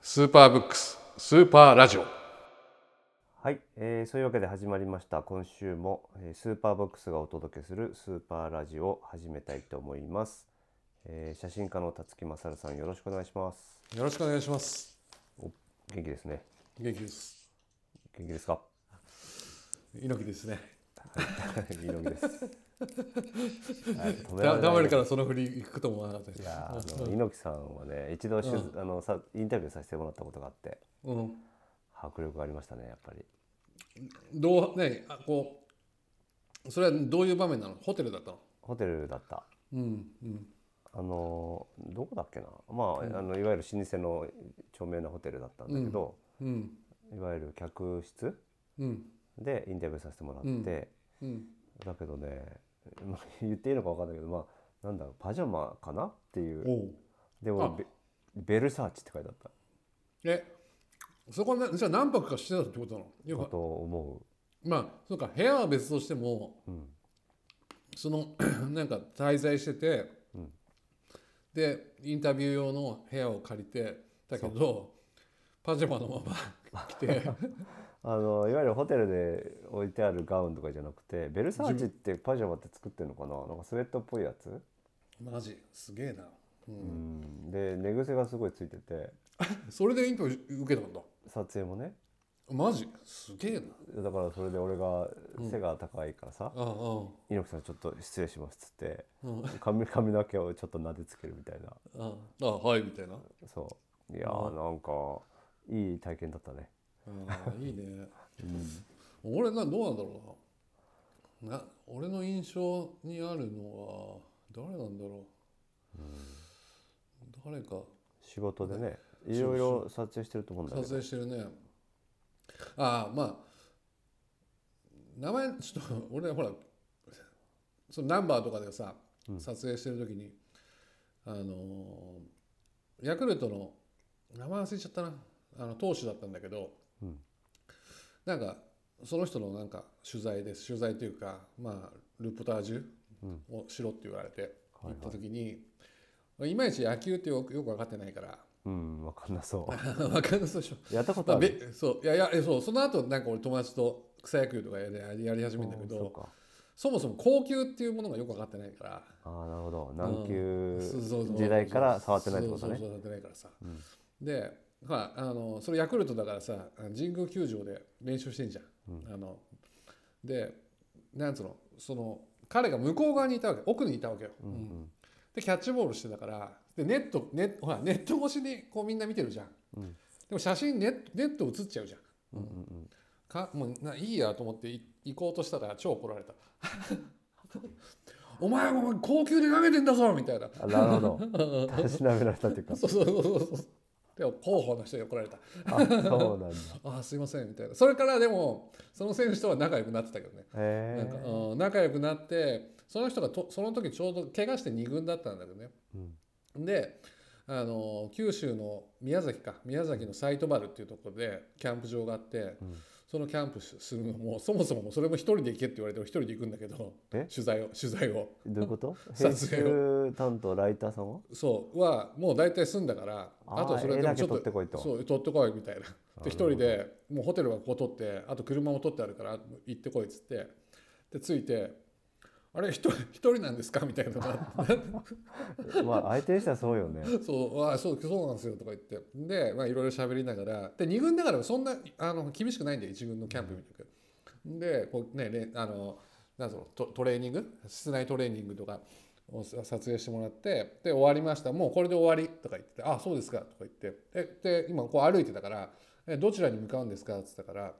スーパーブックススーパーラジオはい、えーそういうわけで始まりました今週も、えースーパーボックスがお届けするスーパーラジオを始めたいと思います、えー写真家の辰木勝さんよろしくお願いしますよろしくお願いします元気ですね元気です元気ですか 猪木ですねいいのみ ですはい止めらだれだまないりねからその振り行くとも思わなかったですいやーあの猪木さんはね一度しゅ、あのさインタビューさせてもらったことがあってうん迫力がありましたねやっぱりどうねあこうそれはどういう場面なのホテルだったのホテルだったうんうんあのーどこだっけなまあ,、あのいわゆる老舗の著名なホテルだったんだけど、うんいわゆる客室うんでインタビューさせてもらって、うんだけどね まあ言っていいのか分かんないけどまあなんだろうパジャマかなっていうおうであ俺ベベルサーチって書いてあったえそこはなじゃあ何泊かしてたってことなの要だはと思まあそうか部屋は別としてもう、うん、その なんか滞在してて、うんでインタビュー用の部屋を借りてだけどパジャマのまま 来てあのいわゆるホテルで置いてあるガウンとかじゃなくてベルサーチってパジャマって作ってるのかななんかスウェットっぽいやつ、マジすげえな、ううんん、で寝癖がすごいついててそれでインタビュー受けたんだ撮影もねマジすげえなだからそれで俺が背が高いからさあああ「猪木さんちょっと失礼します」っつってあうんあ髪髪の毛をちょっと撫でつけるみたいなああはいみたいなそういやーなんかいい体験だったねあ あいいね、俺などうなんだろうなな俺の印象にあるのは誰なんだろう、誰か仕事でねういろいろ撮影してると思うんだけ撮ど影してるねああまあ名前ちょっと俺ほらそのナンバーとかでさ撮影してる時に、あのーヤクルトの名前忘れちゃったなあの投手だったんだけど、うんなんかその人のなんか取材です取材というかまあルポタージュをしろって言われて行った時に、いまいち野球ってよくよく分かってないから うん分かんなそ分かんないそうでしょうやったことまああるべそういやいやえそうその後なんか俺友達と草野球とかやりやり始めるんだけあーそうどかそもそも高級っていうものがよく分かってないからあーなるほどうん軟球そうそうそう時代から触ってないってことねそうそうそう触ってないからさ、で、まあ、あのそれヤクルトだからさ神宮球場で練習してんじゃん、あのでなんつうのその彼が向こう側にいたわけ奥にいたわけよ、うんでキャッチボールしてたからでネットネッほらネット越しにこうみんな見てるじゃん、でも写真ネットネット映っちゃうじゃんうんうんかもうないいやと思ってい行こうとしたら超怒られた お前お前高級で投げてんだぞみたいなうんあなるほ どたしなめられたっていうかそうそうそうそうそうでも広報の人に怒られたあそうなんだ「ああすいません」みたいなそれからでもその選手とは仲良くなってたけどねなんへか、えうん、仲良くなってその人がとその時ちょうど怪我して2軍だったんだけどね、であの九州の宮崎か宮崎のサイトバルっていうところでキャンプ場があって、そのキャンプするのもそもそもそれも一人で行けって言われて一人で行くんだけどえ取材を取材をどういうこと 撮編影集担当ライターさんはそうはもう大体済んだからあーあとそれ絵でもだちけょっと撮ってこいとそう取ってこいみたいなで一人でもうホテルはこう取ってあと車も取ってあるから行ってこいっつってで着いてあれ一人一人なんですかみたいなのがあってまあ相手にしたらそうよねそうあーそうそうなんですよとか言ってでまあいろいろ喋りながらで2軍だからそんなあの厳しくないんだよ1軍のキャンプ見てくでこうねれんあのなんだろうトトレーニング室内トレーニングとかをさ撮影してもらってで終わりましたもうこれで終わりとか言ってあそうですかとか言ってでで今こう歩いてたからえどちらに向かうんですかって言ったから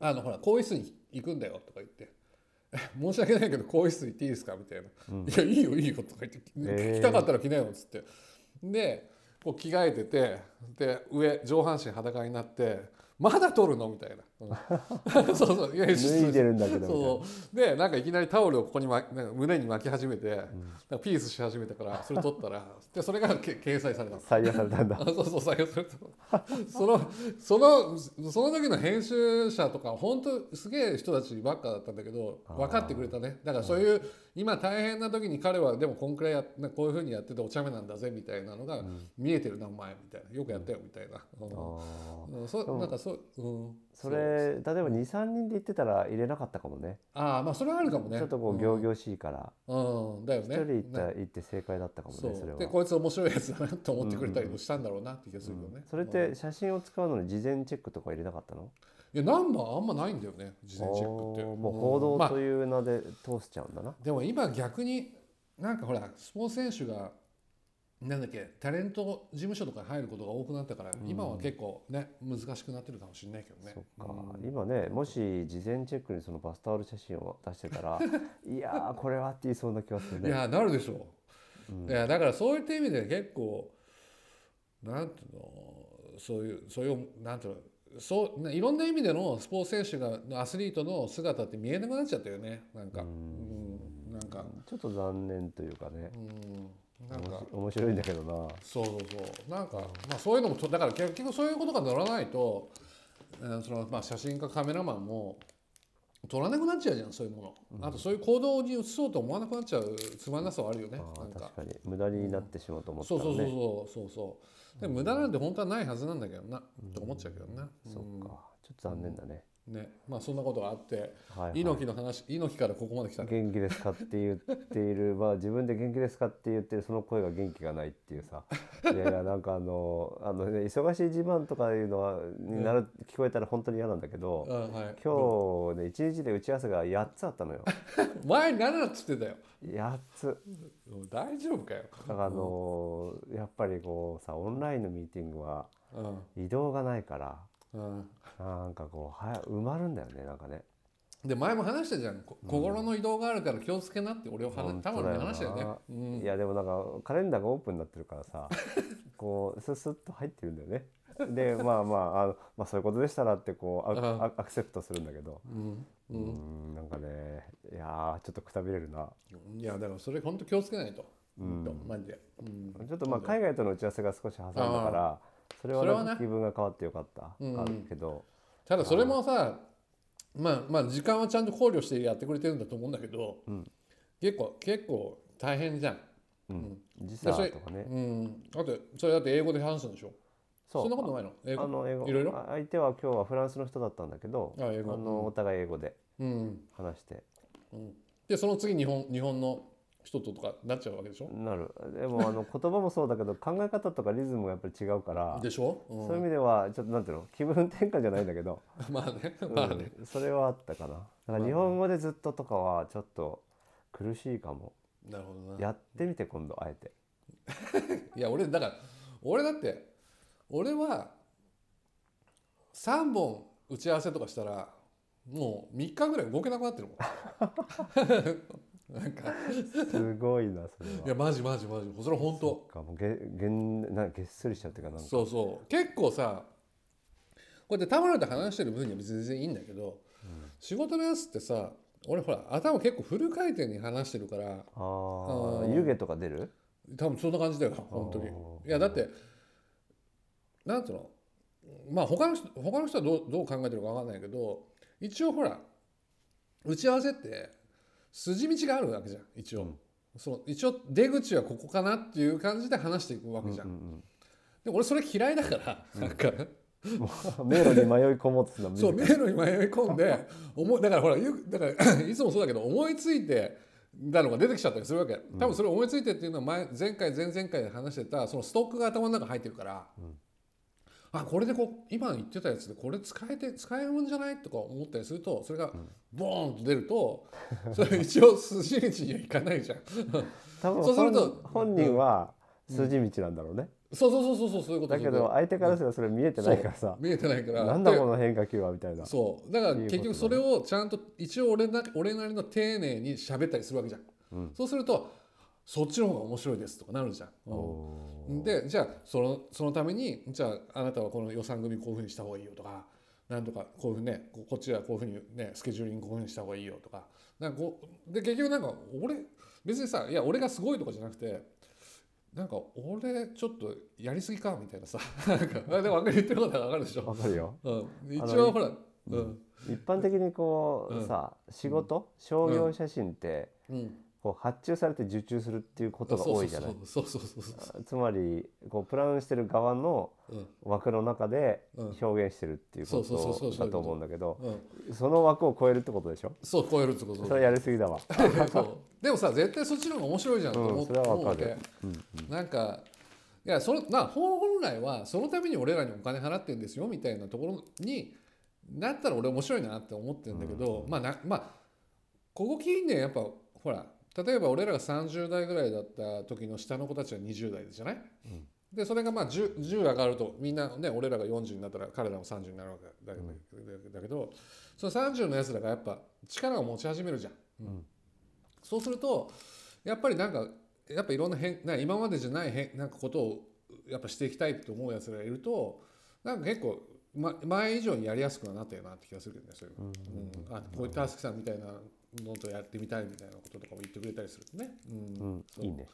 あのほら更衣室に行くんだよとか言って。え申し訳ないけど更衣室行っていいですかみたいな「いやいいよいいよ」とか言って「えー着たかったら着なよ」っつってでこう着替えててで上上半身裸になってまだ取るのみたいな、うん そうそういや脱いでるんだけどみたいなそうでなんかいきなりタオルをここに、ま、なんか胸に巻き始めて、なんかピースし始めたからそれ取ったらでそれがけ掲載されたの採用された んだあそうそう採用されたそのそのその時の編集者とか本当すげえ人たちばっかだったんだけどあー分かってくれたねだからそういう、今大変な時に彼はでもこんくらいやなこういうふうにやっててお茶目なんだぜみたいなのが見えてるなお前みたいなよくやったよみたいな、うんあーうんそでもなんかそう、うん、それ例えば23人で行ってたら入れなかったかもねああまあそれはあるかもねちょっとこう行々しいからうん、うんだよ一ね人行ったね行って正解だったかもそねそれうはでこいつ面白いやつだなと思ってくれたりもしたんだろうなって気がするよね、それって写真を使うのに事前チェックとか入れなかったのいやナンバーあんまないんだよね事前チェックっておーもう報道まという名で通しちゃうんだな、あ、でも今逆になんかほらスポーツ選手がなんだっけタレント事務所とかに入ることが多くなったから、今は結構ね難しくなってるかもしれないけどねそっか、今ねもし事前チェックにそのバスタオル写真を出して たらいやーこれはって言いそうな気がするいねやなるでしょう、いやだからそういった意味で結構なんていうのそういうそういうなんていうのそうねいろんな意味でのスポーツ選手がのアスリートの姿って見えなくなっちゃったよねなんかうんなんかちょっと残念というかねうんなんおかもし面白いんだけどなそうそうそうなんか、まあ、そういうのもとだから結局そういうことが乗らないと、えーそのまあ、写真家カメラマンも撮らなくなっちゃうじゃんそういうもの、あとそういう行動に移そうと思わなくなっちゃうつまんなさはあるよねあなんーか確かに無駄になってしまうと思ったそうらそうそうねそうそうそうでも無駄なんて本当はないはずなんだけどな、と思っちゃうけどな、そっかちょっと残念だうね、んねまあそんなことがあって、はいはい猪木の話猪木からここまで来たね元気ですかって言っている、 まあ、自分で元気ですかって言ってるその声が元気がないっていうさいやいやなんかあのあの、ね、忙しい自慢とかいうのはになる、聞こえたら本当に嫌なんだけど、うんはい、今日ね一日で打ち合わせが8つあったのよ前に7っつってたよ8つうん大丈夫かよ、だからあのやっぱりこうさオンラインのミーティングは移動がないからうんうん、なんかこうは埋まるんだよねなんかねで前も話したじゃん、こ心の移動があるから気をつけなって俺を話本た当まに話したよねだようなんいやでもなんかカレンダーがオープンになってるか らさこうスッスッと入ってるんだよねでまあまああの、まあ、そういうことでしたらってこううんアアアクセプトするんだけどうんうーんなんかねいやーちょっとくたびれるないやだからそれ本当気をつけないと、うほんんと、マジで、うんちょっとまあ海外との打ち合わせが少し挟んだからそれはそれなはんなか気分が変わってよかった、うんあるけどただそれもさまあまあ時間はちゃんと考慮してやってくれてるんだと思うんだけど、ん結構結構大変じゃん、うん時差でとそれかねうん、だってそれだって英語で話すんでしょそそんなうことないの英あの英語いろいろあ相手は今日はフランスの人だったんだけどあ英語のお互い英語でうん話してうん、でその次日本日本の人ととかなっちゃうわけでしょ、なるでもあの言葉もそうだけど考え方とかリズムがやっぱり違うから でしょ、うんそういう意味ではちょっとなんていうの気分転換じゃないんだけど、まあねう んまあね、それはあったかなだから日本語でずっととかはちょっと苦しいかも、なるほどなやってみて今度あえていや俺だから俺だって俺は3本打ち合わせとかしたらもう3日ぐらい 動けなくなってるもんなんかすごいなそれいはやマジマジマジそれ本当かもうげげんなんかげっそりしちゃうっていうかなんかそうそう結構さこうやって田村と話してる分には別に全然いいんだけど、仕事のやつってさ俺ほら頭結構フル回転に話してるからあーうん湯気とか出る多分そんな感じだよ本当にあーいやだってなんつうのまあ他の人他の人はどうどう考えてるかわかんないけど一応ほら打ち合わせって筋道があるわけじゃん一応、うんその一応出口はここかなっていう感じで話していくわけじゃん、うんでも俺それ嫌いだから、なんかうんもう迷路に迷い込もうとするのはそう迷路に迷い込んで思いだからほらよくだからいつもそうだけど思いついてだのが出てきちゃったりするわけ多分それ思いついてっていうのは前前回前々回で話してたそのストックが頭の中に入ってるから、あこれでこう今言ってたやつでこれ使えて使えるもんじゃないとか思ったりするとそれがボーンと出ると、それ一応筋道にはいかないじゃん多分そうすると本本人は筋道なんだろうね、そうそうそうそうそうそういうことだけど相手からすればそれ見えてないからさ、見えてないからなんだでこの変化球はみたいな。そうだからいうこと結局それをちゃんと一応俺な俺なりの丁寧に喋ったりするわけじゃん、そうするとそっちの方が面白いですとかなるじゃん、おーでじゃあそのそのためにじゃああなたはこの予算組こういうふうにした方がいいよとかなんとかこういうふうにねここっちはこういうふうにねスケジューリングこういうふうにした方がいいよとかなんかこうで結局なんか俺別にさいや俺がすごいとかじゃなくてなんか俺ちょっとやりすぎかみたいなさなんかでも分かる言ってることは分かるでしょ、わかるよ。うん、一あの応ほらううん一般的にこうんうさ仕事商業写真ってうんこう発注されて受注するっていうことが多いじゃない。そうそうそうそうそうつまりこうプランしてる側のそううん枠の中でうん表現してるっていうこそうそうそうそうとだと思うんだけどうんその枠を超えるってことでしょそう超えるってことそれやりすぎだわ。そうでもさ絶対そっちの方が面白いじゃんと思うんっそて、れはわかるなんかいやそのな本本来はそのために俺らにお金払ってんですよみたいなところになったら俺面白いなって思ってるんだけど、まあなまあここ近年やっぱほら例えば俺らが30代ぐらいだった時の下の子たちは20代じゃない、でそれがまあ 10, 10上がるとみんなね俺らが40になったら彼らも30になるわけだけど,、だけどその30のやつらがやっぱ力を持ち始めるじゃん。うんそうするとやっぱりなんかやっぱいろんな変な今までじゃない変なんかことをやっぱしていきたいと思うやつらがいるとなんか結構、ま、前以上にやりやすくはなったよなって気がするけどねそういうの、うんあこういったあすきさんみたいなのとやってみたいみたいなこととかも言ってくれたりするとね、うんうんそういいね。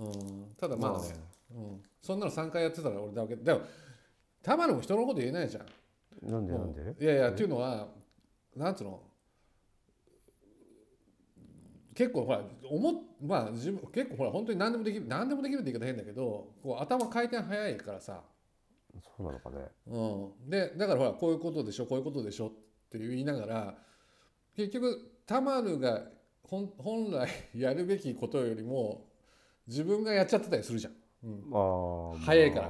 うんただまあね、うん、そんなの3回やってたら俺だけでもたまにも人のこと言えないじゃん。なんでなんで？いやいやっていうのはなんつうの結構ほら思っまあ自分結構ほら本当に何でもできる何でもできるって言い方変だけどこう頭回転早いからさ、そうなのかね。うん、でだからほらこういうことでしょこういうことでしょって言いながら結局タマルが本本来 やるべきことよりも自分がやっちゃってたりするじゃん。うんまあまあ早いから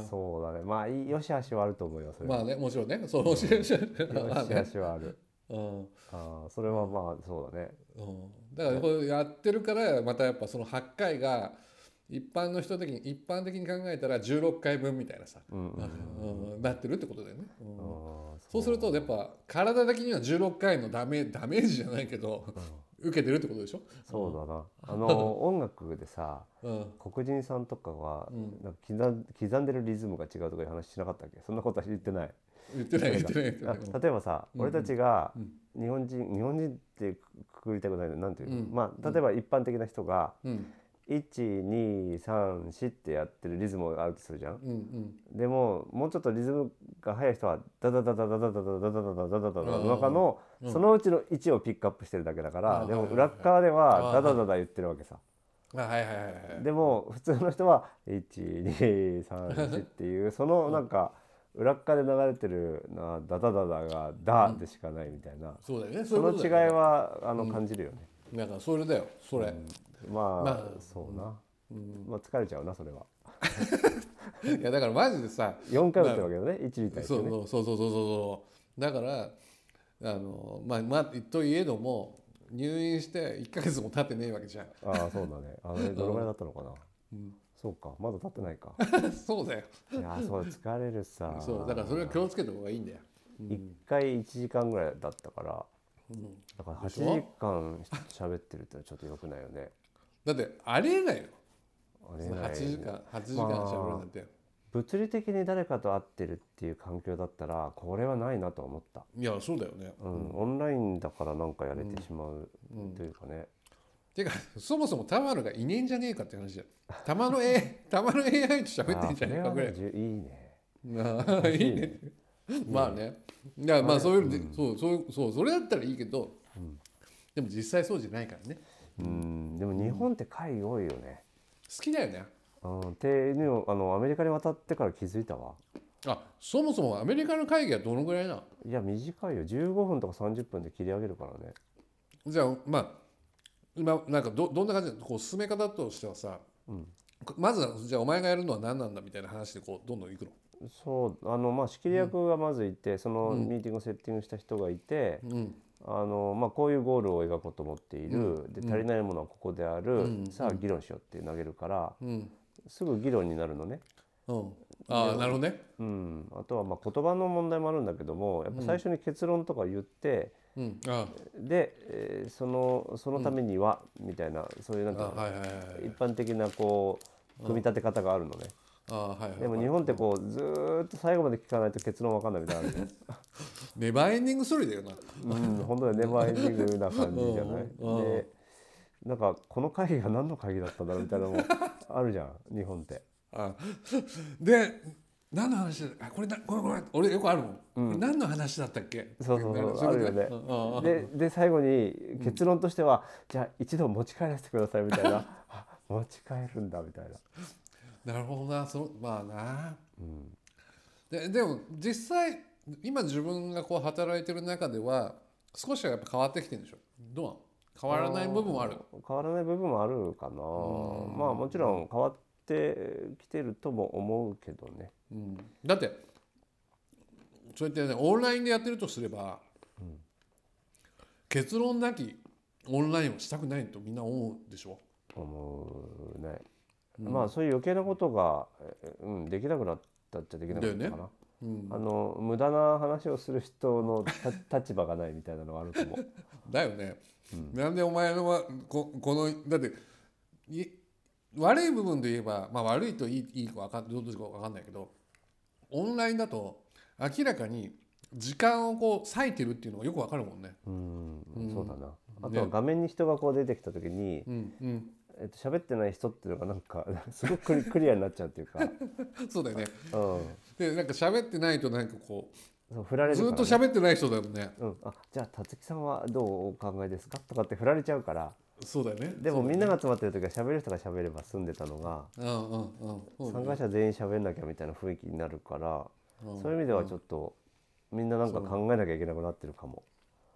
んそうだね。まあいい良し悪しはあると思うよ。それまは。あねもちろんねそう教え 良し悪しはある。うんああそれはまあそうだね。うん、だからこれやってるからまたやっぱその8回が一般の人的に一般的に考えたら16回分みたいなさ、うんうん。うんなってるってことだよね、うんああそうするとやっぱ体的には16回のダメダメージじゃないけど受けてるってことでしょ、そうだな。あの音楽でさうん、黒人さんとかはうんなんか刻ん刻んでるリズムが違うとかいう話しなかったっけ？そんなことは言ってない。言ってない言ってない言ってなあい、例えばさ、俺たちがうん日本人、日本人ってくくりたくないのなんていうの、うんまあ例えば一般的な人がうん1234ってやってるリズムがあるとするじゃんうんうんでももうちょっとリズムが速い人はダダダダダダダダダダダダダダダの中のそのうちの1をピックアップしてるだけだからうんでもはいはい裏っ側ではあーダダダダ言ってるわけさあはいはいはいはいでも普通の人は1234っていうそのなんか裏っ側で流れてるなダダダダがダでしかないみたいなそうだよねそそういうのこと違いだよねはあの感じるよね。だからそれだよそれ、ままああそうな。まあ疲れちゃうなそれは。いやだからマジでさ4回打ってるわけだね1に対してそうね。そうそうそうそうそうだからあのまあまあといえども入院して1ヶ月も経ってねえわけじゃん ああそうだね。あれどのぐらいだったのかな。そうかまだ経ってないか。そうだよいやーそう疲れる さ。そうだからそれは気をつけた方がいいんだよ、一回1時間ぐらいだったから。うんだから8でし時ょ間喋ってるってのはちょっと良くないよね。だってありえないよあれな8い時間8時間しゃべるなんて、物理的に誰かと会ってるっていう環境だったらこれはないなと思った。いやそうだよね、うん、オンラインだからなんかやれてしまうというかね。てかそもそもタマルがいねえんじゃねえかって話じゃんタマの A タマの AI と喋ってんじゃねえあかーぐこられはいねじゅい ああいいね。いね。まあね。いやまあそういうので、そうそういうそうそれだったらいいけど、でも実際そうじゃないからね。うんでも日本って会多いよね。好きだよね。うん、っていうのをあのアメリカに渡ってから気づいたわ。あそもそもアメリカの会議はどのぐらいなのいや短いよ15分とか30分で切り上げるからね。じゃあまあ今なんかどどんな感じでこう進め方としてはさ、まずはじゃあお前がやるのは何なんだみたいな話でこうどんどんいくの。そうあのまあ仕切り役がまずいて、そのミーティングをセッティングした人がいて、うんあのまあ、こういうゴールを描こうと思っている、で足りないものはここである、さあ議論しようって投げるから、うんすぐ議論になるのね。うん。ああなるほどね。うん、あとはまあ言葉の問題もあるんだけどもやっぱ最初に結論とか言って、うん。あで、えーそのそのためには、みたいなそういうなんあかはいはいはいはい。一般的なこう組み立て方があるのね、ああはいはい。でも日本ってこうずーっと最後まで聞かないと結論わかんないみたいなのあるじゃんネバーエンディングストーリーだよな。うん、本当にネバーエンディングな感じじゃない。うんうんで、なんかこの会議が何の会議だったんだろうみたいなの もあるじゃん、日本って。あで何の話だあこれなごめんごめん俺よくあるもん、これ何の話だったっけそうそうそういことあるよねうんうんうんで、で最後に結論としては、じゃあ一度持ち帰らせてくださいみたいな。あ持ち帰るんだみたいな。なるほどなそうまあなうん、ででも実際今自分がこう働いてる中では少しはやっぱ変わってきてるんでしょどうなの変わらない部分はある変わらない部分もあるかな。まあもちろん変わってきてるとも思うけどね。うん、だってそうやってねオンラインでやってるとすれば、結論なきオンラインをしたくないとみんな思うでしょ思うね、まあそういう余計なことが、えうん、できなくなったっちゃできなくなったかな、うんあの無駄な話をする人のた 立場がないみたいなのがあると思うだよね、なんでお前のはここのだってい悪い部分で言えば、まあ、悪いといいいいかわかんどうですか分かんないけどオンラインだと明らかに時間をこう割いてるっていうのがよくわかるもんね。うん、うんそうだなあねとは画面に人がこう出てきた時に、うんうん、えっと喋ってない人っていうのがなんか すごくクリクリアになっちゃうっていう か、うん、そうだよね。そでなんか喋ってないとなんかこう振られうるかずら、っと喋ってない人だもんね。うん、あじゃあ辰木さんはどうお考えですかとかって振られちゃうからそうだよね。でもみんなが集まってる時は喋る人が喋れば済んでたのが、うんうんうんそうだ参ね。加者全員喋んなきゃみたいな雰囲気になるから、うんそういう意味ではちょっと、みんななんか考えなきゃいけなくなってるかも、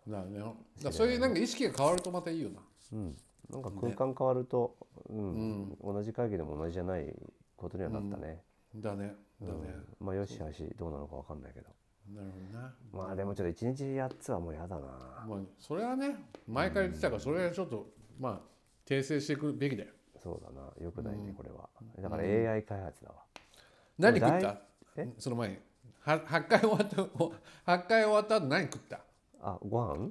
だよね。だからそういうなんか意識が変わるとまたいいよな。うん、なんか空間変わると、うん同じ会議でも同じじゃないことにはなったね、だね。だね。まあよしあしどうなのかわかんないけどなるほどな。まあでもちょっと1日やっつはもうやだな、まあ、それはね前から言ってたからそれはちょっとまあ訂正していくべきだよそうだなよくないねこれは、だから AI 開発だわ、何食だっいたその前には8回終わったお8回終わった後何食ったあご飯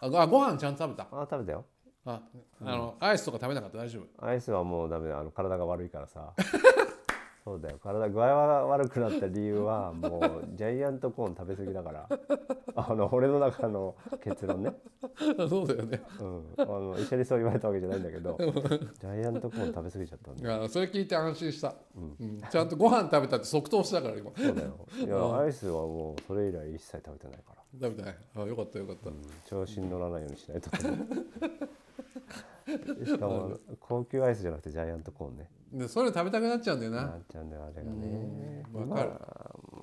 あごあご飯ちゃんと食べたあ食べたよああの、アイスとか食べなかった大丈夫アイスはもうダメだあの体が悪いから さそうだよ体具合が悪くなった理由はもうジャイアントコーン食べ過ぎだからあの俺の中の結論ね、 あそうだよねうん、あの一緒にそう言われたわけじゃないんだけどジャイアントコーン食べ過ぎちゃったんだよあそれ聞いて安心した、うんちゃんとご飯食べたって即答したから今そうだよいやアイスはもうそれ以来一切食べてないから、食べたいあよかったよかった、うん調子に乗らないようにしないと しかも高級アイスじゃなくてジャイアントコーンねでそれ食べたくなっちゃうんだよななっちゃうんだよあれがねうんわまかある、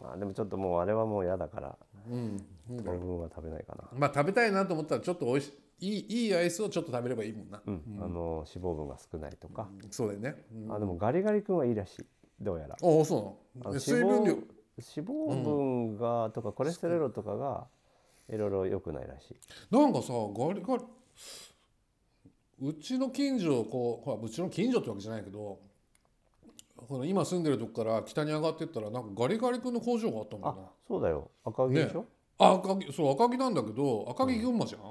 まあでもちょっともうあれはもう嫌だからうん、うん当分は食べないかな。まあ食べたいなと思ったらちょっとおいしいいいいアイスをちょっと食べればいいもんな、うん、あの脂肪分が少ないとか、そうだよね、うんあでもガリガリ君はいいらしい。どうやら。おおそうあなののえ水分量脂肪分が、とかコレステロールとかがいろいろ良くないらしい。なんかさガリガリうちの近所こうほらうちの近所ってわけじゃないけどこの今住んでるとこから北に上がってったらなんかガリガリ君の工場があったんだあよな、そうだよ。赤城でしょ。あ赤城そう赤城なんだけど赤城群馬じゃん、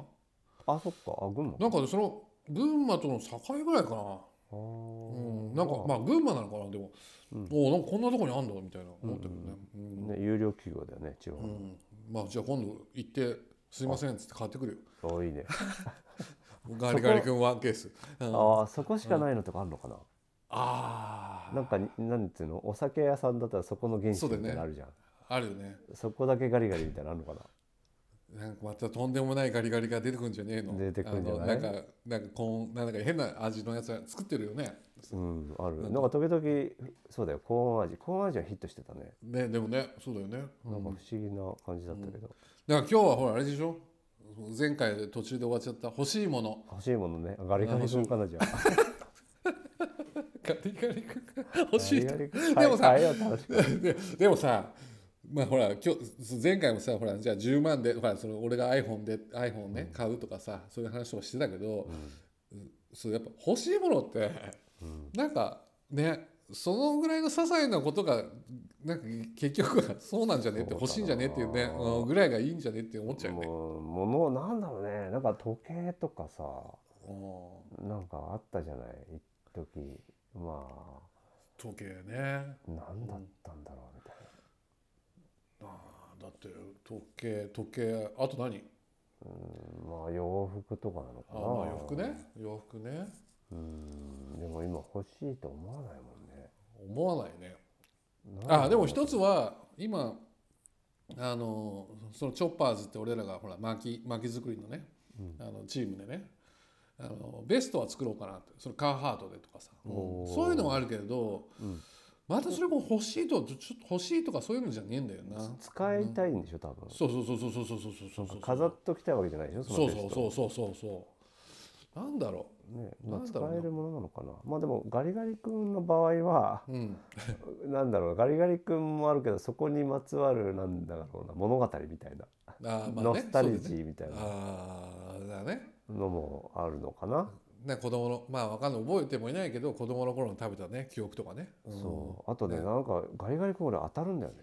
あそっか。あ群馬。なんかねその群馬との境ぐらいかな、あーうん、なんかまあ群馬なのかなでも、おおなんかこんなとこにあんだみたいな思ったけどね、うんね有料企業だよね地方うの。んまあじゃあ今度行ってすいませんっつって買ってくるよ多いね。ガリガリ君ワンケース、うんあああそこしかないのとかあるのかな。あなんかになんていうのお酒屋さんだったらそこの原そ酒うだみよたねいなのあるじゃん。あるよねそこだけガリガリみたいなのあるのかな。なんかまたとんでもないガリガリが出てくんじゃねえの出てくんじゃなあいのなんかなんかこんなんか変な味のやつが作ってるよねうんある。なんか時々そうだよコーン味コーン味はヒットしてたね。ねでもねそうだよね、うんなんか不思議な感じだったけど、だから今日はほらあれでしょ前回で途中で終わっちゃった欲しいもの欲しいものねガリガリ君かなじゃあガリガリ君が欲しいガとリガリでもさ変えようって話か ででもさまあほら今日前回もさほらじゃあ10万でほらその俺が iPhone で iPhone ね、買うとかさそういう話もしてたけど、そうやっぱ欲しいもの って、なんかねそのぐらいの些細なことがなんか結局はそうなんじゃねってそうだな欲しいんじゃねっていうね、うんぐらいがいいんじゃねって思っちゃうよね。もう物をなんだろうねなんか時計とかさうんなんかあったじゃない一時ま時計ねあ何だったんだろうみたいあーだって時計時計あと何うんまあ洋服とかなのかあなまあ洋服ね洋服ねうんでも今欲しいと思わないもんね思わないねなんあでも一つは今あのそのチョッパーズって俺らがほら巻き巻き作りのね、あのチームでねあのベストは作ろうかなってそれカーハートでとかさ、おーそういうのはあるけれど、うんまたそれも欲しいとちょちょっと欲しいとかそういうのじゃねえんだよな。使いたいんでしょ多分そうそうそうそうそうそうそうそうそう飾っときたいわけじゃないでしょそうのベそストうそうそうそうそうなんだろねまあなん使だろうなえるものなのかなまあでもガリガリ君の場合はう、うん、なんだろうガリガリ君もあるけどそこにまつわるなんだろうな物語みたいな、あーまあねノスタルジそうだねーみたいなあーだねのもあるのかな、ね、子供のまあわかんない覚えてもいないけど子供の頃の食べたね記憶とかね、うんそうあとねねなんかガリガリ君俺当たるんだよね、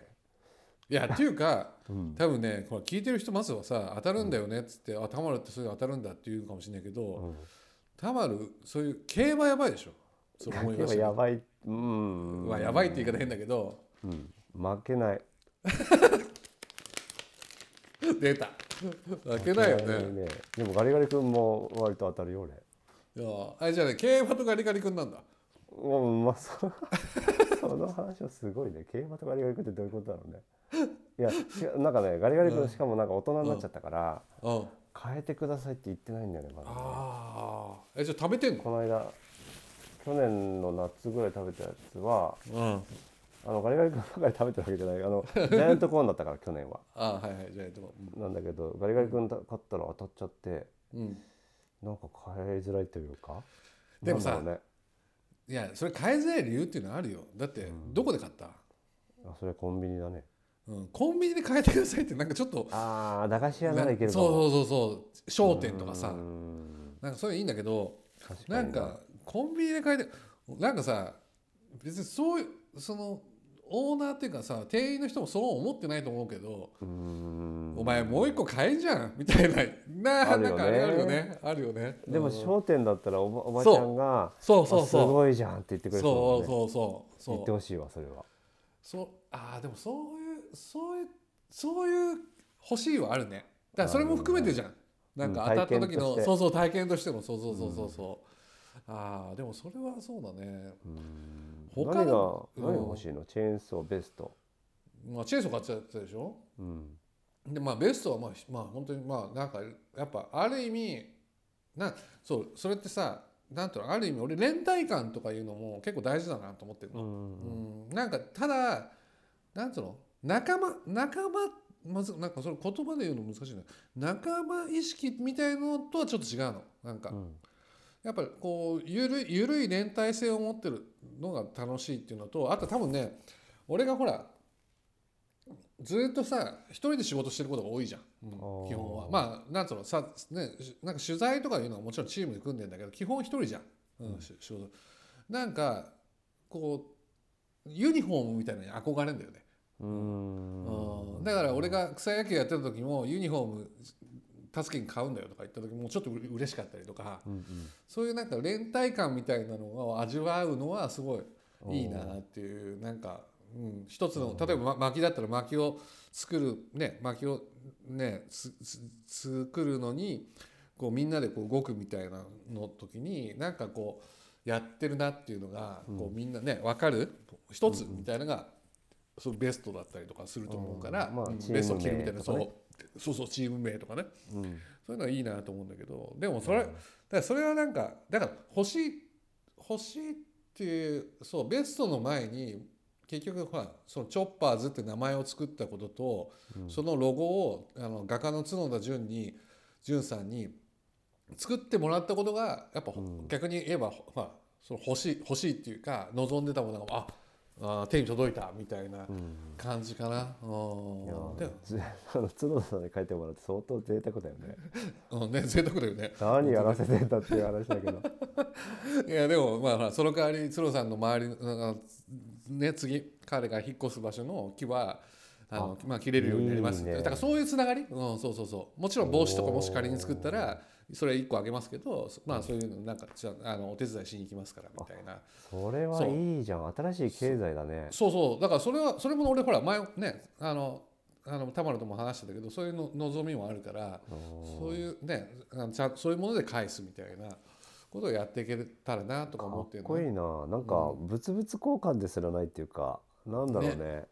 いやっていうかうん、多分ねこれ聞いてる人まずはさ当たるんだよねっつって、あたまるってそういう当たるんだって言うかもしれないけど、たまるそういう競馬やばいでしょそう思いまガしたけキはどやばいうんまあやばいって言い方変だけどうん、負けない出た負けないよねでもガリガリ君も割と当たるよ俺いやあじゃあね競馬とガリガリ君なんだうんまあそ その話はすごいね競馬とガリガリ君ってどういうことだろうねいや違うなんかねガリガリ君しかもなんか大人になっちゃったから、うんあ変えてくださいって言ってないんだよねまだねあーえじゃあ食べてんのこの間去年の夏ぐらい食べたやつはうんあのガリガリ君ばかり食べてるわけじゃない あのジャイアントコーンだったから去年はあーはいはいじゃあでもなんだけどガリガリ君勝ったら当たっちゃってうんなんか変えづらいというかでもさなんだろいやそれ変えづらい理由っていうのはあるよだってどこで買った、うねあそれコンビニだねうん、コンビニで変えてくださいってなんかちょっとああ駄菓子屋ならいけそうるかそうそうそう商店とかうさーんなんかそういうのいいんだけど確かなにんかコンビニで変えてなんかさ別にそういうそのオーナーっていうかさ店員の人もそう思ってないと思うけど、うーんお前もう一個買えじゃんみたいななああるなよねんかあれあるよねあるよねでもうん商店だったらおばおばちゃんがそあうそうすそうごいじゃんって言ってくれるそうねそうそうそう言ってほしいわそれはそうああでもそういうそういうそういう欲しいはあるねだからそれも含めてじゃん、なんかうん当たった時体験との、してそうそう体験としてもそうそうそうそうそう、ああでもそれはそうだねうーん他何がの何がうん欲しいのチェーンソーベストまあチェーンソー買っちゃったでしょうんでまあベストはまあひまあ本当にまあなんかやっぱある意味なそうそれってさなんていうのある意味俺連帯感とかいうのも結構大事だなと思ってるの、うん、なんかただなんつうの仲間仲間まずなんかそれ言葉で言うの難しいな仲間意識みたいのとはちょっと違うのなんか、うんやっぱりこうゆるいゆるい連帯性を持ってるのが楽しいっていうのとあと多分ね俺がほらずっとさ一人で仕事してることが多いじゃん、うんー基本はまあなんつうのさ、ね、しなんか取材とかいうのはもちろんチームで組んでんだけど基本一人じゃん、うんし仕事なんかこうユニフォームみたいなのに憧れるんだよね、うーんうんだから俺が草野球やってた時もユニフォーム助けに買うんだよとか言った時もちょっとうれ嬉しかったりとか、うんそういうなんか連帯感みたいなのを味わうのはすごいうんいいなっていうなんか、うん、一つの例えばま薪だったら薪を作るね薪をねつつ作るのにこうみんなでこう動くみたいなの時になんかこうやってるなっていうのがこうみんなね分かる一つみたいなのがそのベストだったりとかすると思うから、うんまあうんチームベストを切るみたいな、名とそかうねそうそうチーム名とかねうんうんそういうのはいいなと思うんだけどでもそれ、だからそれはなんかだから欲しい欲しいっていうそうベストの前に結局ほらそのチョッパーズって名前を作ったことと、そのロゴをあの画家の角田純に純さんに作ってもらったことがやっぱ、逆に言えばほほらその欲しい欲しいっていうか望んでたものがああー手に届いたみたいな感じかな。うんいやーでず あの角田さんに書いてもらって相当贅沢だよねうんね贅沢だよね。何やらせてんだっていう話だけ どいやでもまあほらその代わり鶴さんの周りのあのね次彼が引っ越す場所の木はあのまあ切れるようになりますいいねだからそういうつながり、うん、そうそうそうもちろん帽子とかもし仮に作ったらそれ1個あげますけどそまあそういうのなんかじゃああのお手伝いしに行きますからみたいなそれはいいじゃん新しい経済だねそうそうだからそれはそれも俺ほら前ねあのあの玉野とも話してたけどそういうの望みもあるからそういうねあのちゃんそういうもので返すみたいなことをやっていけたらなとかか思っってるこいいななんか物々交換ですらないっていうか、なんだろうね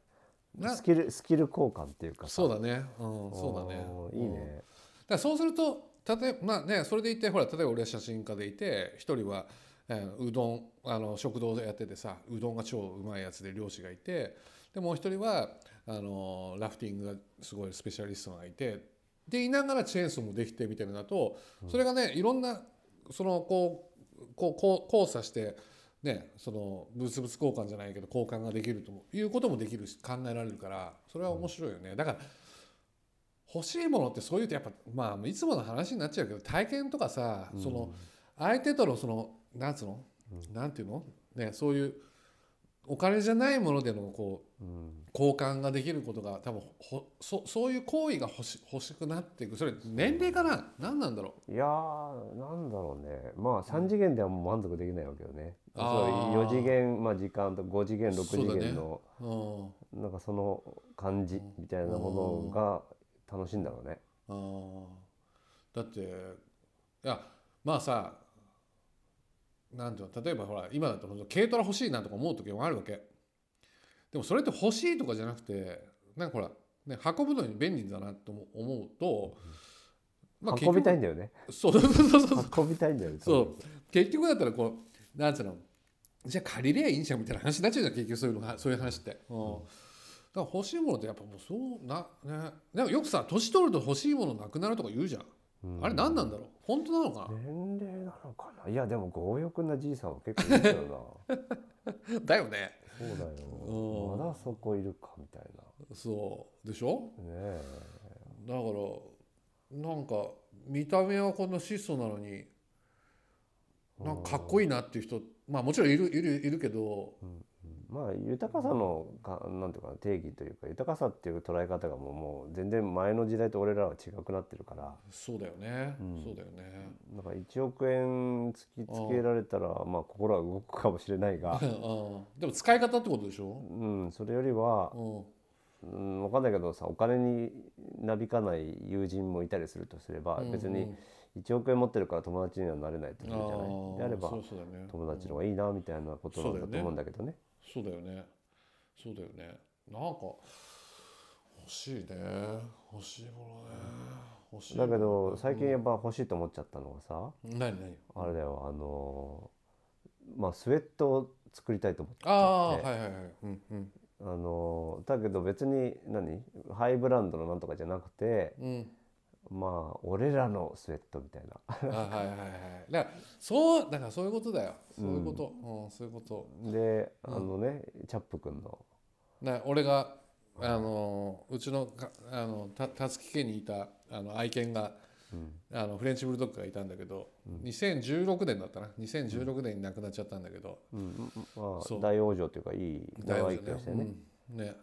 なスキルスキル交換っていうかそうだだね、うん、そうだねいいうんだかね、らそうすると例えまあねそれでいてほら例えば俺は写真家でいて一人は、えーうどんあの食堂でやっててさうどんが超うまいやつで漁師がいてでもう一人はあのラフティングがすごいスペシャリストがいてでいながらチェーンソーもできてみたいなのだとそれがねいろんなそのこうこうこう交差して。ね、その物々交換じゃないけど交換ができるということもできるし考えられるからそれは面白いよね、だから欲しいものってそういうとやっぱまあいつもの話になっちゃうけど体験とかさ、その相手とのそのなんつうの、なんていうのねそういうお金じゃないものでのこううん交換ができることが多分ほそそういう行為が欲し欲しくなっていくそれ年齢かな何なんだろいやーなんだろうねまあ3次元ではもう満足できないわけよね、あーそう4次元、まあ、時間と5次元6そうだ次ね元の、う、うんなんかその感じみたいなものが楽しいんだろうね。あーだっていやまあさなんていうの例えばほら今だと軽トラ欲しいなとか思う時もあるわけでもそれって欲しいとかじゃなくてなんかほら、ね、運ぶのに便利だなとも思うと、結運び局たいんだよね。そうそうそうそうそう運びたいんだよね。そう結局だったらこうなんつうのじゃあ借りりゃいいんじゃんみたいな話になっちゃうじゃん結局そういうのがそういう話って、うんだから欲しいものってやっぱもうそうなねなんかよくさ年取ると欲しいものなくなるとか言うじゃん、うんあれ何なんだろう本当なのか年齢なのかな。いやでも強欲なじいさんは結構いるけど な。なだよねそうだよ。うんまだそこいるかみたいそうでしょな。ねだからなんか見た目はこんな質素なのになんかかっこいいなっていう人まあもちろんいるいるいるけどえ。まあ豊かさのかなんていうかな定義というか豊かさっていう捉え方がもうもう全然前の時代と俺らは違くなってるから。そうだよね、うんそうだよねなんか1億円突きつけられたらまあ心は動くかもしれないが う、んでも使い方ってことでしょ、うん、それよりはうんうん、わかんないけどさお金になびかない友人もいたりするとすれば、うんうん別に1億円持ってるから友達にはなれないってことじゃないであればそうそうだよね友達の方がいいなみたいなことなんだと思うんだけどね。そうだよねそうだよねなんか欲しいね欲しいものね欲しいだけど最近やっぱ欲しいと思っちゃったのがさ、何何あれだよあのーまあスウェットを作りたいと思っちああゃはっいて、はいはいうんうんあのーだけど別に何ハイブランドのなんとかじゃなくてうんまあ俺らのスウェットみたいな。あはいはいはいだからそうだからそういうことだよそういうことうん、そういうことであのね、チャップくんのね俺があのうちのかあのたたつき家にいたあの愛犬が、あのフレンチブルドッグがいたんだけど、2016年だったな2016年に亡くなっちゃったんだけど、うんまそうあ、大往生というかいい大長丈生きをして夫ねね,、うん、ね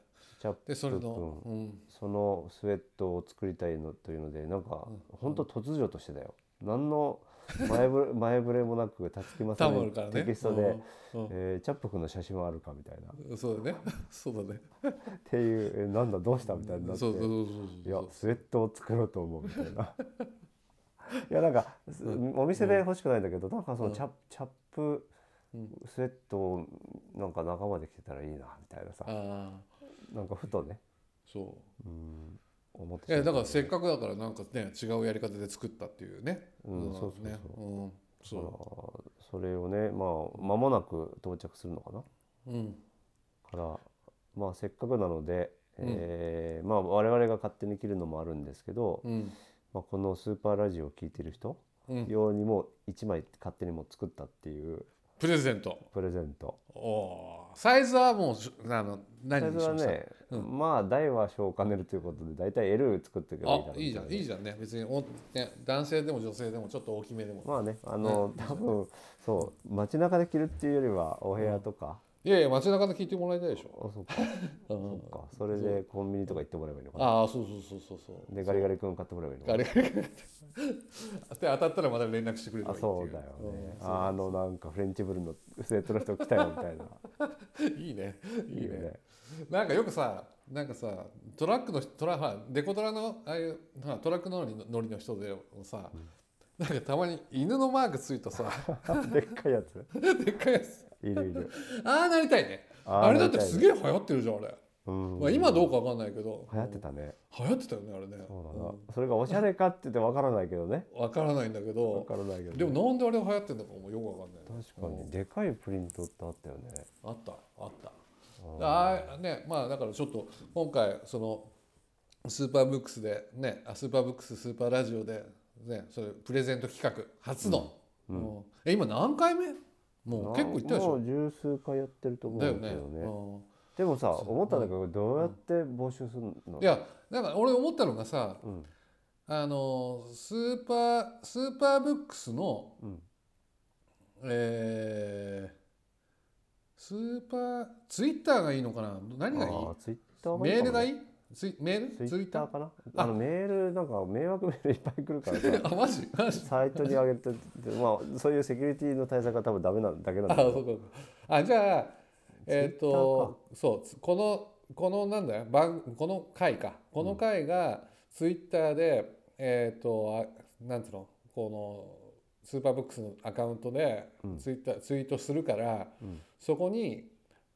チャップでそれ君の、うん、そのスウェットを作りたいのというのでなんか本当突如としてだよ何の前ぶれ前触れもなくたつきま さタんモルのからねテキストで、うんうんえーチャップ君の写真はあるかみたいなっそうだねそうだねていうえーなんだどうしたみたいになってそうそういそうそうやスウェットを作ろうと思うみたい ないやなんかすお店で欲しくないんだけどなんかそのチャップチャップスウェットをなんか仲間で着てたらいいなみたいなさああなんかふとねそうん思ってういやだからせせっかくだからなんかね違うやり方で作ったっていうねうんそうそうそうねうんそそれをねまあ間もなく到着するのかなううんからまあせっかくなので、えーまあ我々が勝手に着るのもあるんですけど、うんまあ、このスーパーラジオを聞いてる人うん用にも1枚勝手にもう作ったっていうプレゼントプレゼント。おーサイズはもうしあのサ何イズにしはました、ね、まあ大は小を兼ねるということで大体 L 作っていけばいいだあろういいじゃんいいじゃんね別にお、ね、男性でも女性でもちょっと大きめでも、まあねあの、多分そう街中で着るっていうよりはお部屋とか、いやいや街中で聞いてもらいたいでしあょ、そっかうそんっかそれでコンビニとか行ってもらえばいいのかなああそうそうそうそうそうでガリガリ君買ってもらえばいいのかあなれ で当たったらまた連絡してくれればあいいってそいううだよね、うんあのなんかフレンチブルのスウェットの人来たよみたいな いいねいいいねいよね なんかよくさなんかさトラックのトラほらデコトラのああいうほらトラックの乗りの乗りの人でもさ、なんかたまに犬のマークついた さでっかいやつでっかいやついるいるああなりたいねああーれだってなりたいねすげえ流行ってるじゃんあれ、うんまあ、今どうかわかんないけど流行ってたね流行ってたよねあれねそうだな、それがおしゃれかって言ってわからないけどねわからないんだけわどからないけどね、でもなんであれ流行ってんのかもよくわかんないね、確かにでかいプリントってあったよねあったあったうんあーねまあだからちょっと今回そのスーパーブックスでねあスーパーブックススーパーラジオでねそれプレゼント企画初の、うんえ今何回目もう結構いったでしもょう十数回やってると思だようんだねけどねうんでもさ思ったんだけどどうやって募集するの、いやなんか俺思ったのがさ、うんあのスーパースーパーブックスの、うんえースーパーツイッターがいいのかな何がいいあツイッターメールがいいいツイメールツイッターかなああのメールなんか迷惑メールいっぱい来るからさ あマジマジサイトに上げててまあそういうセキュリティの対策は多分ダメなだけなんだあけそうどかそうかあじゃあえっ、と Twitter そうつこのこのなんだよ番この回かこの回がツイッターで、えっ、とあなんつうのこのスーパーブックスのアカウントでツイッター、ツイートするから、うんそこに、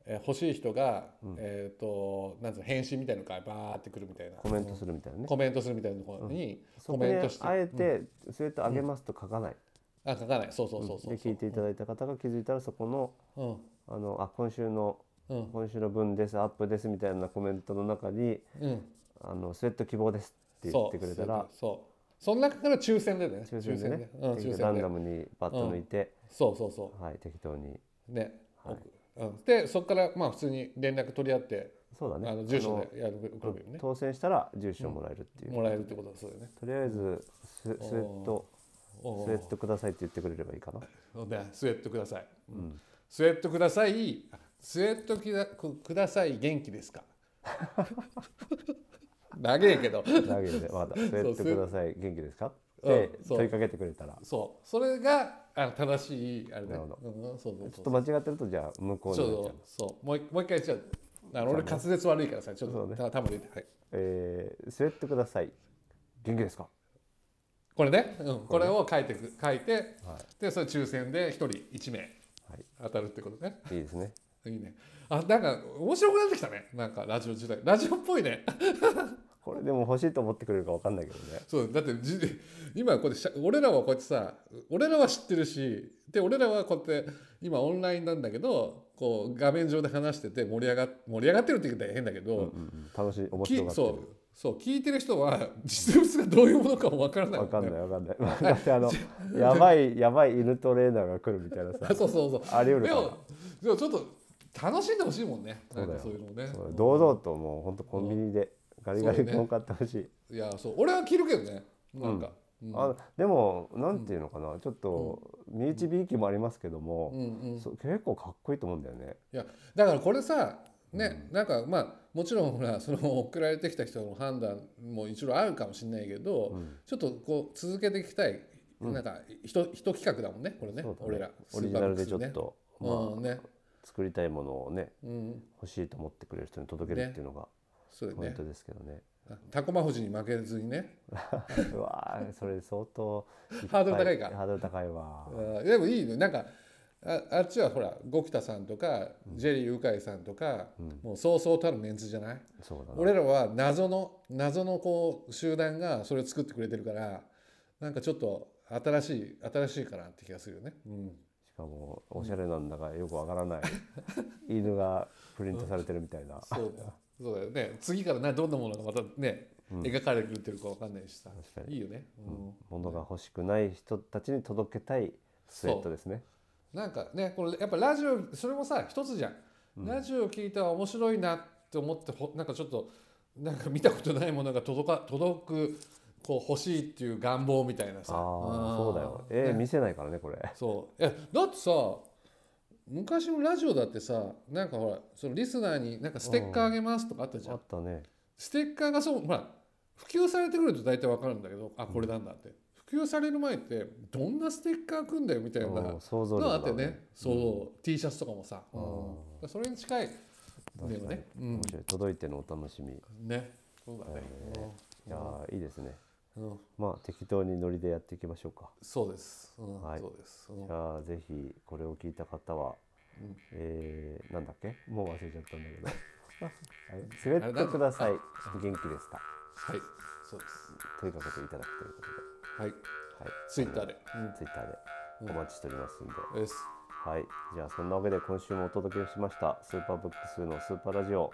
えー欲しい人が、うんえっ、となんつうの返信みたいのがバーってくるみたいなコメントするみたいなねコメントするみたいなところに、そコこにメントして、あえてスウェット上げますと書かない、あ書かないそうそうそうそうで聞いていただいた方が気づいたらそこのうんあのあ今週のうん今週の分ですアップですみたいなコメントの中にうんあのスウェット希望ですって言そっうてくれたらそうそうその中から抽選でね抽選でねうん、って抽いうラ選ンでダムにバッと抜いて、そうそうそはい適当にうね、はい奥うん、でそこからまあ普通に連絡取り合って、そうだねあの住所でやるグループにね当選したら住所もらえるっていう、もらえるってことだそうだよねとりあえずススウェットおスウェットくださいって言ってくれればい いかなーねスウェットください、スウェットくださいスウェットきだくください元気 ですか長えけど投げでまだスウェットください元気ですかってうんそう問いかけてくれたらちそうそれがあの正しいあれねなるほどうん、そうそうそうょっと間違ってるとじゃあ向こうちょにうなっちゃうどそうもう一もう一回じゃああの俺滑舌悪いからさちょっそと、うねた頭入れてはいえースウェットください元気ですかこれね、うん、これを書いてく書いてはでそれ抽選で一人一名はい当たるってことねいいいですねいいねあなんか面白くなってきたねなんかラジオ時代ラジオっぽいね これでも欲しいと思ってくれるかわかんないけどねそうだってじ今こうやってしゃ俺らはこうやってさ俺らは知ってるしで俺らはこうやって今オンラインなんだけどこう画面上で話してて盛り上が盛り上がってるって言ったら変だけど、うんうん楽しい面き白がってそうそう聞いてる人は 実物がどういうものかもわからないるもわんねかんないわかんない だっ てあのやばいやばい犬トレーナーが来るみたいなさあ そうそうそうあり得るでからもでもちょっと楽しんでほしいもんねそうだよなんかそういうのもねそう堂々ともう本当コンビニでガリガそリうだねコン買ってほしい、いやそう俺は着るけどねなんか、うんあでもなんていうのかな、ちょっと身内びいきもありますけどうも、んうん、いそう結構かっこいいと思うんだよねやだからこれさね、なんかまあもちろんほら その送られてきた人の判断も一応あるかもしれないけど、ちょっとこう続けていきたい、なんかひとひと企画だもんねこれねそうだね俺らオリジナルでちょスっーパーと、ブックスねうんね作りたいものをねうん欲しいと思ってくれる人に届けるっていうのがそうだポインねトですけどねタコマフジに負けずにねうわーそれ相当いハっぱードル高いかハードル高いわあーでもいいねなんかああっちはほら五木田さんとか、ジェリー鵜飼さんとか、もうそうそうたるメンツじゃないそうだな俺らは謎の謎のこう集団がそれを作ってくれてるからなんかちょっと新しい新しいかなって気がするよね、うん、しかもおしゃれなんだかよくわか らない犬がプリントされてるみたいなそうだよそうだよね次からなどんなものがまたね、描かれてるかわかんないしさかにいいよね、うんものが欲しくない人たちに届けたいスウェットですねなんかねこれやっぱラジオそれもさ一つじゃん、ラジオ聞いたら面白いなって思ってほなんかちょっとなんか見たことないものが届か届くこう欲しいっていう願望みたいなあさあーん そうだよえー見せないからねこれそういやだってさ昔のラジオだってさなんかほらそのリスナーになんかステッカーあげますとかあったじゃあんったねステッカーがそうほら普及されてくると大体わかるんだけどあこれなんだって、普及される前ってどんなステッカー組んだよみたいなうんの想像力があだってねそう、T シャツとかもさ、うんあだからそれに近いうんんだよね、うん面、白い届いてのお楽しみいねそうだね、やーいいですねうんうんまあ適当にノリでやっていきましょうかそうです、うんはいそうです、うんじゃあぜひこれを聞いた方は、うんえー、なんだっけもう忘れちゃったんだけ どあれスレッドください元気ですかはいそうです問いかけていただくというこはいとで、はい、ツイッターで、ツイッターでお待ちしておりますんで、うん、ですはいじゃあそんなわけで今週もお届けしましたスーパーブックスのスーパーラジオ、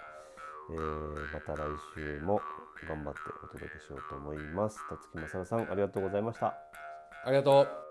えー、また来週も頑張ってお届けしようと思います辰木まさるさんありがとうございましたありがとう